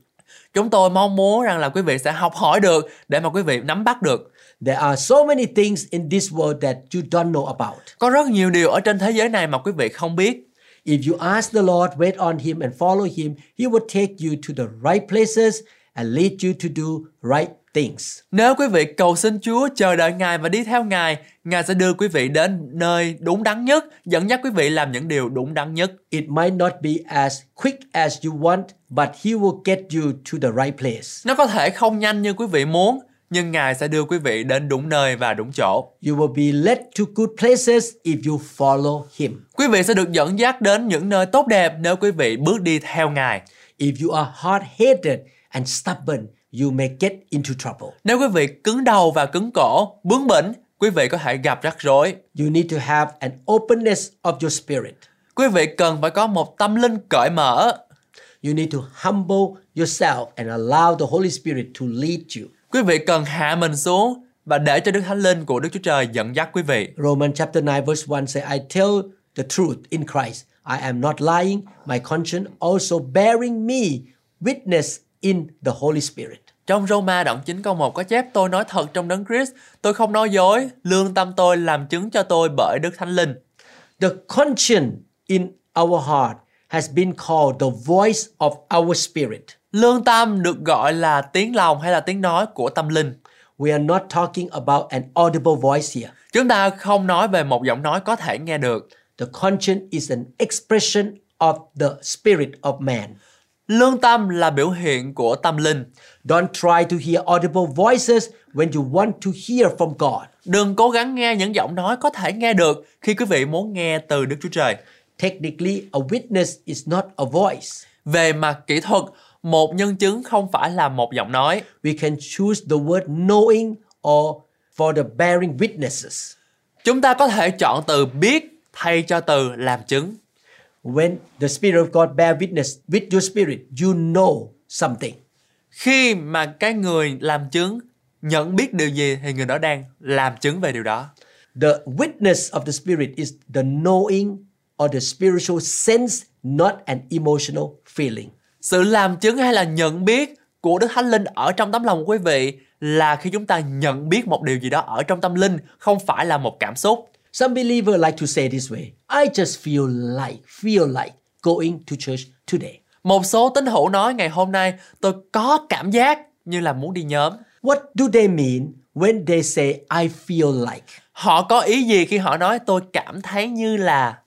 Chúng tôi mong muốn rằng là quý vị sẽ học hỏi được để mà quý vị nắm bắt được. There are so many things in this world that you don't know about. Có rất nhiều điều ở trên thế giới này mà quý vị không biết. If you ask the Lord, wait on Him, and follow Him, He will take you to the right places and lead you to do right things. Nếu quý vị cầu xin Chúa chờ đợi Ngài và đi theo Ngài, Ngài sẽ đưa quý vị đến nơi đúng đắn nhất, dẫn dắt quý vị làm những điều đúng đắn nhất. It might not be as quick as you want, but He will get you to the right place. Nó có thể không nhanh như quý vị muốn, nhưng Ngài sẽ đưa quý vị đến đúng nơi và đúng chỗ. You will be led to good places if you follow Him. Quý vị sẽ được dẫn dắt đến những nơi tốt đẹp nếu quý vị bước đi theo Ngài. If you are hard headed and stubborn, you may get into trouble. Nếu quý vị cứng đầu và cứng cổ, bướng bỉnh, quý vị có thể gặp rắc rối. You need to have an openness of your spirit. Quý vị cần phải có một tâm linh cởi mở. You need to humble yourself and allow the Holy Spirit to lead you. Quý vị cần hạ mình xuống và để cho Đức Thánh Linh của Đức Chúa Trời dẫn dắt quý vị. Romans chapter 9 verse 1 says, I tell the truth in Christ. I am not lying. My conscience also bearing me witness in the Holy Spirit. Trong Roma đoạn 9 câu 1 có chép tôi nói thật trong đấng Christ, tôi không nói dối, lương tâm tôi làm chứng cho tôi bởi Đức Thánh Linh. The conscience in our heart has been called the voice of our spirit. Lương tâm được gọi là tiếng lòng hay là tiếng nói của tâm linh. We are not talking about an audible voice here. Chúng ta không nói về một giọng nói có thể nghe được. The conscience is an expression of the spirit of man. Lương tâm là biểu hiện của tâm linh. Don't try to hear audible voices when you want to hear from God. Đừng cố gắng nghe những giọng nói có thể nghe được khi quý vị muốn nghe từ Đức Chúa Trời. Technically, a witness is not a voice. Về mặt kỹ thuật, một nhân chứng không phải là một giọng nói. We can choose the word knowing or for the bearing witnesses. Chúng ta có thể chọn từ biết thay cho từ làm chứng. When the Spirit of God bear witness with your spirit, you know something. Khi mà cái người làm chứng nhận biết điều gì thì người đó đang làm chứng về điều đó. The witness of the Spirit is the knowing or the spiritual sense, not an emotional feeling. Sự làm chứng hay là nhận biết của Đức Thánh Linh ở trong tấm lòng của quý vị là khi chúng ta nhận biết một điều gì đó ở trong tâm linh, không phải là một cảm xúc. Some believer like to say this way I just feel like, feel like going to church today. Một số tín hữu nói ngày hôm nay tôi có cảm giác như là muốn đi nhóm. What do they mean when they say, I feel like? Họ có ý gì khi họ nói tôi cảm thấy như là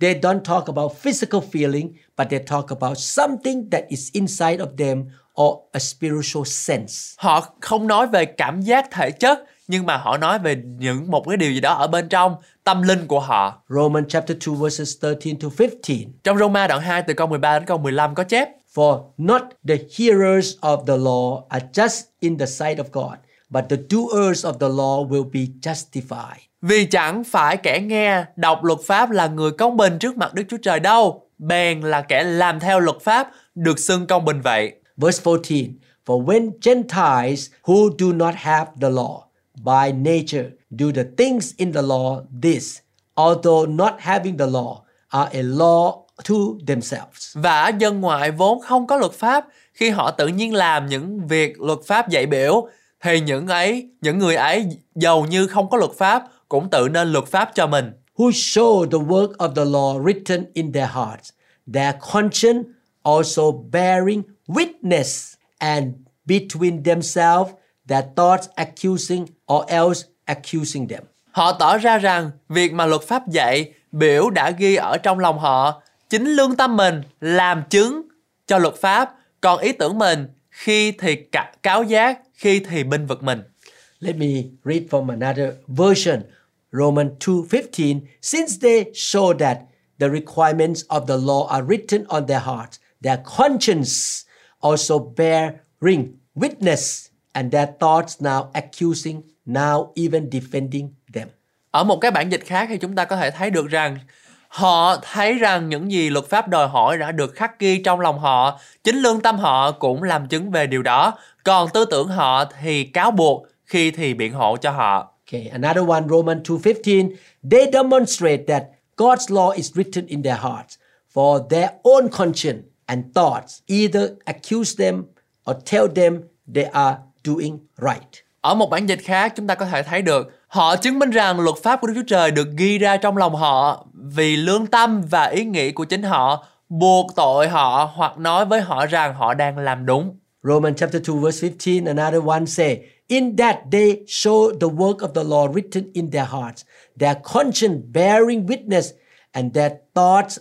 They don't talk about physical feeling, but they talk about something that is inside of them or a spiritual sense. họ không nói về cảm giác thể chất nhưng mà họ nói về những một cái điều gì đó ở bên trong tâm linh của họ. Romans chapter 2 verses 13 to 15. Trong Roma đoạn 2 từ câu 13 đến câu 15 có chép For not the hearers of the law are just in the sight of God, but the doers of the law will be justified. Vì chẳng phải kẻ nghe đọc luật pháp là người công bình trước mặt Đức Chúa Trời đâu, bèn là kẻ làm theo luật pháp được xưng công bình vậy. Verse 14 For when Gentiles who do not have the law by nature do the things in the law, this, although not having the law, are a law to themselves. Và dân ngoại vốn không có luật pháp, khi họ tự nhiên làm những việc luật pháp dạy biểu thì những ấy, những người ấy giàu như không có luật pháp cũng tự nên luật pháp cho mình. Who show the work of the law written in their hearts, their conscience also bearing witness, and between themselves their thoughts accusing or else accusing them. Họ tỏ ra rằng việc mà luật pháp dạy biểu đã ghi ở trong lòng họ chính lương tâm mình làm chứng cho luật pháp, còn ý tưởng mình khi thì cả cáo giác, khi thì binh vực mình. Let me read from another version. Romans 2:15 Since they show that the requirements of the law are written on their hearts, their conscience also bearing witness and their thoughts now accusing, now even defending them. Ở một cái bản dịch khác thì chúng ta có thể thấy được rằng họ thấy rằng những gì luật pháp đòi hỏi đã được khắc ghi trong lòng họ, chính lương tâm họ cũng làm chứng về điều đó, còn tư tưởng họ thì cáo buộc, khi thì biện hộ cho họ. Okay, another one, Romans 2.15. They demonstrate that God's law is written in their hearts for their own conscience and thoughts. Either accuse them or tell them they are doing right. Ở một bản dịch khác chúng ta có thể thấy được họ chứng minh rằng luật pháp của Đức Chúa Trời được ghi ra trong lòng họ vì lương tâm và ý nghĩ của chính họ buộc tội họ hoặc nói với họ rằng họ đang làm đúng. Romans chapter 2 verse 15, another one say, In that they show the work of the law written in their hearts, their conscience bearing witness, and their thoughts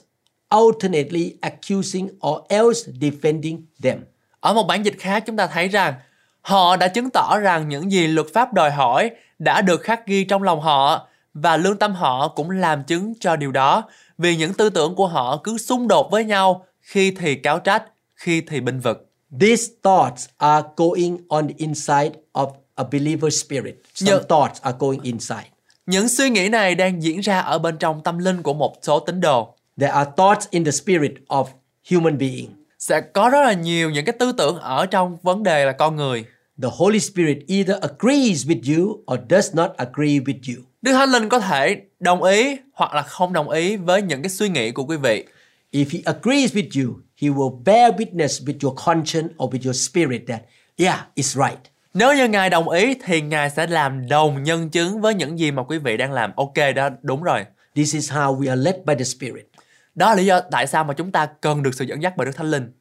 alternately accusing or else defending them. Ở một bản dịch khác chúng ta thấy rằng họ đã chứng tỏ rằng những gì luật pháp đòi hỏi đã được khắc ghi trong lòng họ và lương tâm họ cũng làm chứng cho điều đó vì những tư tưởng của họ cứ xung đột với nhau khi thì cáo trách, khi thì binh vực. These thoughts are going on the inside of a believer's spirit. Some Yeah. thoughts are going inside. Những suy nghĩ này đang diễn ra ở bên trong tâm linh của một số tín đồ. There are thoughts in the spirit of human being. Sẽ có rất là nhiều những cái tư tưởng ở trong vấn đề là con người. The Holy Spirit either agrees with you or does not agree with you. Đức Thánh Linh có thể đồng ý hoặc là không đồng ý với những cái suy nghĩ của quý vị. If he agrees with you, he will bear witness with your conscience or with your spirit that, yeah, it's right. Nếu như Ngài đồng ý thì Ngài sẽ làm đồng nhân chứng với những gì mà quý vị đang làm. Ok đó, đúng rồi. This is how we are led by the Spirit. Đó là lý do tại sao mà chúng ta cần được sự dẫn dắt bởi Đức Thánh Linh.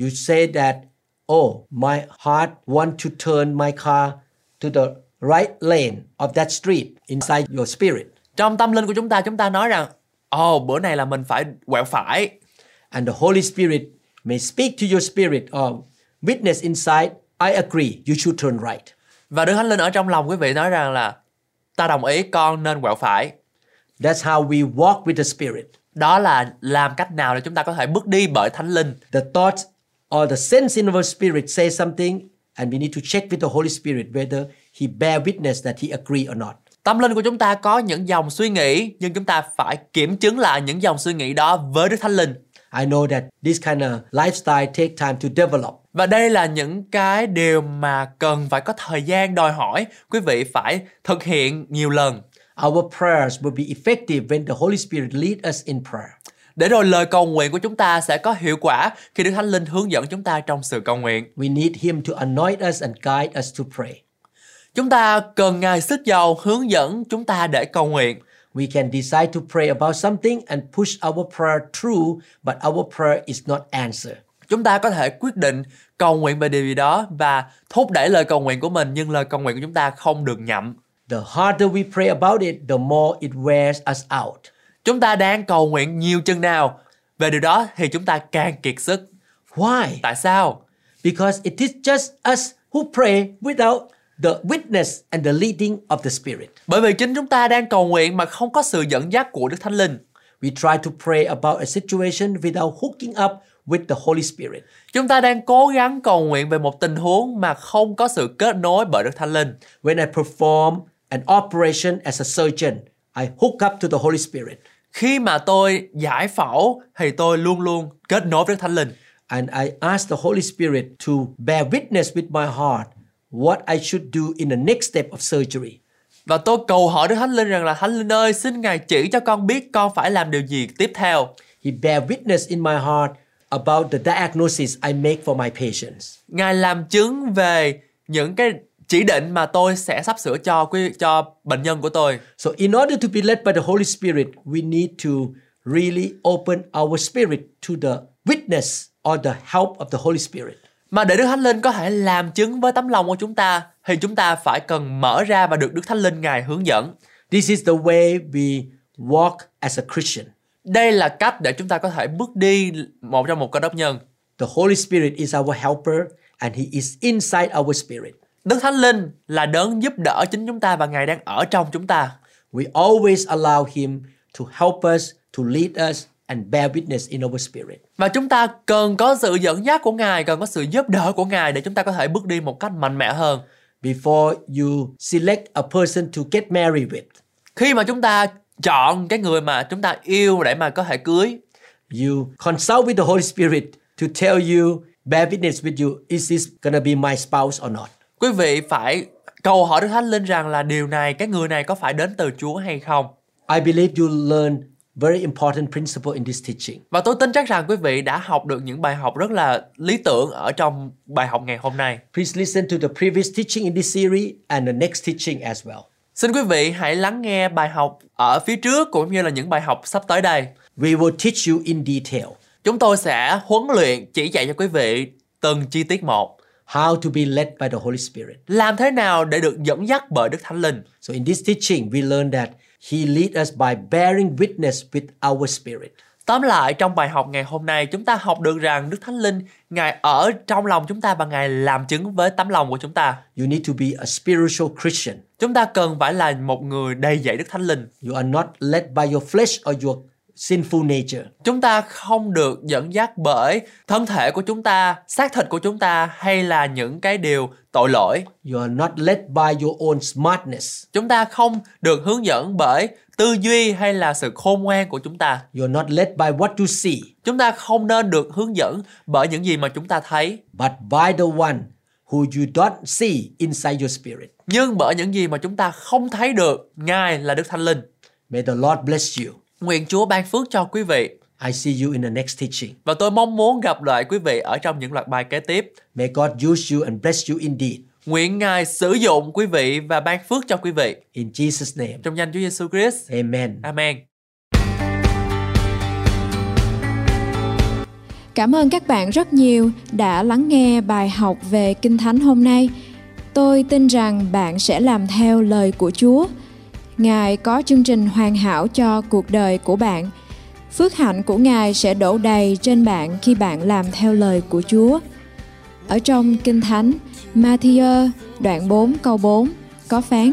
You say that, oh, my heart want to turn my car to the right lane of that street inside your spirit. Trong tâm linh của chúng ta, chúng ta nói rằng Ồ, oh, bữa này là mình phải quẹo phải. And the Holy Spirit may speak to your spirit or witness inside, I agree, you should turn right. Và Đức Thánh Linh ở trong lòng quý vị nói rằng là ta đồng ý con nên quẹo phải. That's how we walk with the Spirit. Đó là làm cách nào để chúng ta có thể bước đi bởi Thánh Linh. the thought or the sense in our spirit say something and we need to check with the holy spirit whether he bear witness that he agree or not Tâm linh của chúng ta có những dòng suy nghĩ nhưng chúng ta phải kiểm chứng lại những dòng suy nghĩ đó với Đức Thánh Linh. I know that this kind of lifestyle take time to develop. Và đây là những cái điều mà cần phải có thời gian đòi hỏi quý vị phải thực hiện nhiều lần. Our prayers will be effective when the Holy Spirit lead us in prayer. Để rồi lời cầu nguyện của chúng ta sẽ có hiệu quả khi Đức Thánh Linh hướng dẫn chúng ta trong sự cầu nguyện. We need Him to anoint us and guide us to pray. Chúng ta cần Ngài sức giàu hướng dẫn chúng ta để cầu nguyện. We can decide to pray about something and push our prayer through, but our prayer is not answered. Chúng ta có thể quyết định cầu nguyện về điều gì đó và thúc đẩy lời cầu nguyện của mình nhưng lời cầu nguyện của chúng ta không được nhậm. The harder we pray about it, the more it wears us out. Chúng ta đang cầu nguyện nhiều chừng nào, về điều đó thì chúng ta càng kiệt sức. Why? Tại sao? Because it is just us who pray without the witness and the leading of the Spirit. Bởi vì chính chúng ta đang cầu nguyện mà không có sự dẫn dắt của Đức Thánh Linh. We try to pray about a situation without hooking up with the Holy Spirit. Chúng ta đang cố gắng cầu nguyện về một tình huống mà không có sự kết nối bởi Đức Thánh Linh. When I perform an operation as a surgeon, I hook up to the Holy Spirit Khi mà tôi giải phẫu thì tôi luôn luôn kết nối với Đức Thánh Linh. and I ask the Holy Spirit to bear witness with my heart what I should do in the next step of surgery. Và tôi cầu hỏi Đức Thánh Linh rằng là Thánh Linh ơi, xin Ngài chỉ cho con biết con phải làm điều gì tiếp theo. He bear witness in my heart about the diagnosis I make for my patients. Ngài làm chứng về những cái chỉ định mà tôi sẽ sắp sửa cho quý cho bệnh nhân của tôi. So, in order to be led by the Holy Spirit, we need to really open our spirit to the witness or the help of the Holy Spirit. Mà để Đức Thánh Linh có thể làm chứng với tấm lòng của chúng ta thì chúng ta phải cần mở ra và được Đức Thánh Linh Ngài hướng dẫn. This is the way we walk as a Christian. Đây là cách để chúng ta có thể bước đi một trong một cơ đốc nhân. The Holy Spirit is our helper and He is inside our spirit. Đức Thánh Linh là đấng giúp đỡ chính chúng ta và Ngài đang ở trong chúng ta. We always allow Him to help us, to lead us, and bear witness in our spirit. Và chúng ta cần có sự dẫn dắt của Ngài, cần có sự giúp đỡ của Ngài để chúng ta có thể bước đi một cách mạnh mẽ hơn. Before you select a person to get married with, Khi mà chúng ta chọn cái người mà chúng ta yêu để mà có thể cưới you consult with the Holy Spirit to tell you, bear witness with you, is this gonna be my spouse or not? quý vị phải cầu hỏi Đức Thánh Linh rằng là điều này cái người này có phải đến từ Chúa hay không. I believe you learn very important principle in this teaching. Và tôi tin chắc rằng quý vị đã học được những bài học rất là lý tưởng ở trong bài học ngày hôm nay. Please listen to the previous teaching in this series and the next teaching as well. Xin quý vị hãy lắng nghe bài học ở phía trước cũng như là những bài học sắp tới đây. We will teach you in detail Chúng tôi sẽ huấn luyện chỉ dạy cho quý vị từng chi tiết một. how to be led by the Holy Spirit. Làm thế nào để được dẫn dắt bởi Đức Thánh Linh? So in this teaching, we learn that He leads us by bearing witness with our spirit. Tóm lại trong bài học ngày hôm nay chúng ta học được rằng Đức Thánh Linh Ngài ở trong lòng chúng ta và Ngài làm chứng với tấm lòng của chúng ta. You need to be a spiritual Christian. Chúng ta cần phải là một người đầy dạy Đức Thánh Linh. You are not led by your flesh or your sinful nature. Chúng ta không được dẫn dắt bởi thân thể của chúng ta, xác thịt của chúng ta hay là những cái điều tội lỗi. You are not led by your own smartness. Chúng ta không được hướng dẫn bởi tư duy hay là sự khôn ngoan của chúng ta. You are not led by what you see, Chúng ta không nên được hướng dẫn bởi những gì mà chúng ta thấy, but by the one who you don't see inside your spirit. nhưng bởi những gì mà chúng ta không thấy được. Ngài là Đức Thánh Linh. May the Lord bless you. Nguyện Chúa ban phước cho quý vị. I see you in the next teaching. Và tôi mong muốn gặp lại quý vị ở trong những loạt bài kế tiếp. May God use you and bless you indeed. Nguyện Ngài sử dụng quý vị và ban phước cho quý vị. In Jesus' name. Trong danh Chúa Giêsu Christ. Amen. Amen. Cảm ơn các bạn rất nhiều đã lắng nghe bài học về Kinh Thánh hôm nay. Tôi tin rằng bạn sẽ làm theo lời của Chúa. Ngài có chương trình hoàn hảo cho cuộc đời của bạn. Phước hạnh của Ngài sẽ đổ đầy trên bạn khi bạn làm theo lời của Chúa. Ở trong Kinh Thánh, Matthew đoạn 4 câu 4 có phán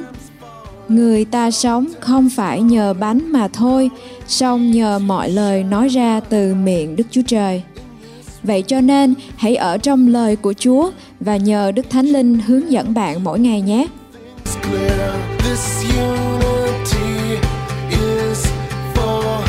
Người ta sống không phải nhờ bánh mà thôi, song nhờ mọi lời nói ra từ miệng Đức Chúa Trời. Vậy cho nên, hãy ở trong lời của Chúa và nhờ Đức Thánh Linh hướng dẫn bạn mỗi ngày nhé. It's clear this universe. Oh,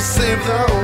save the Oh,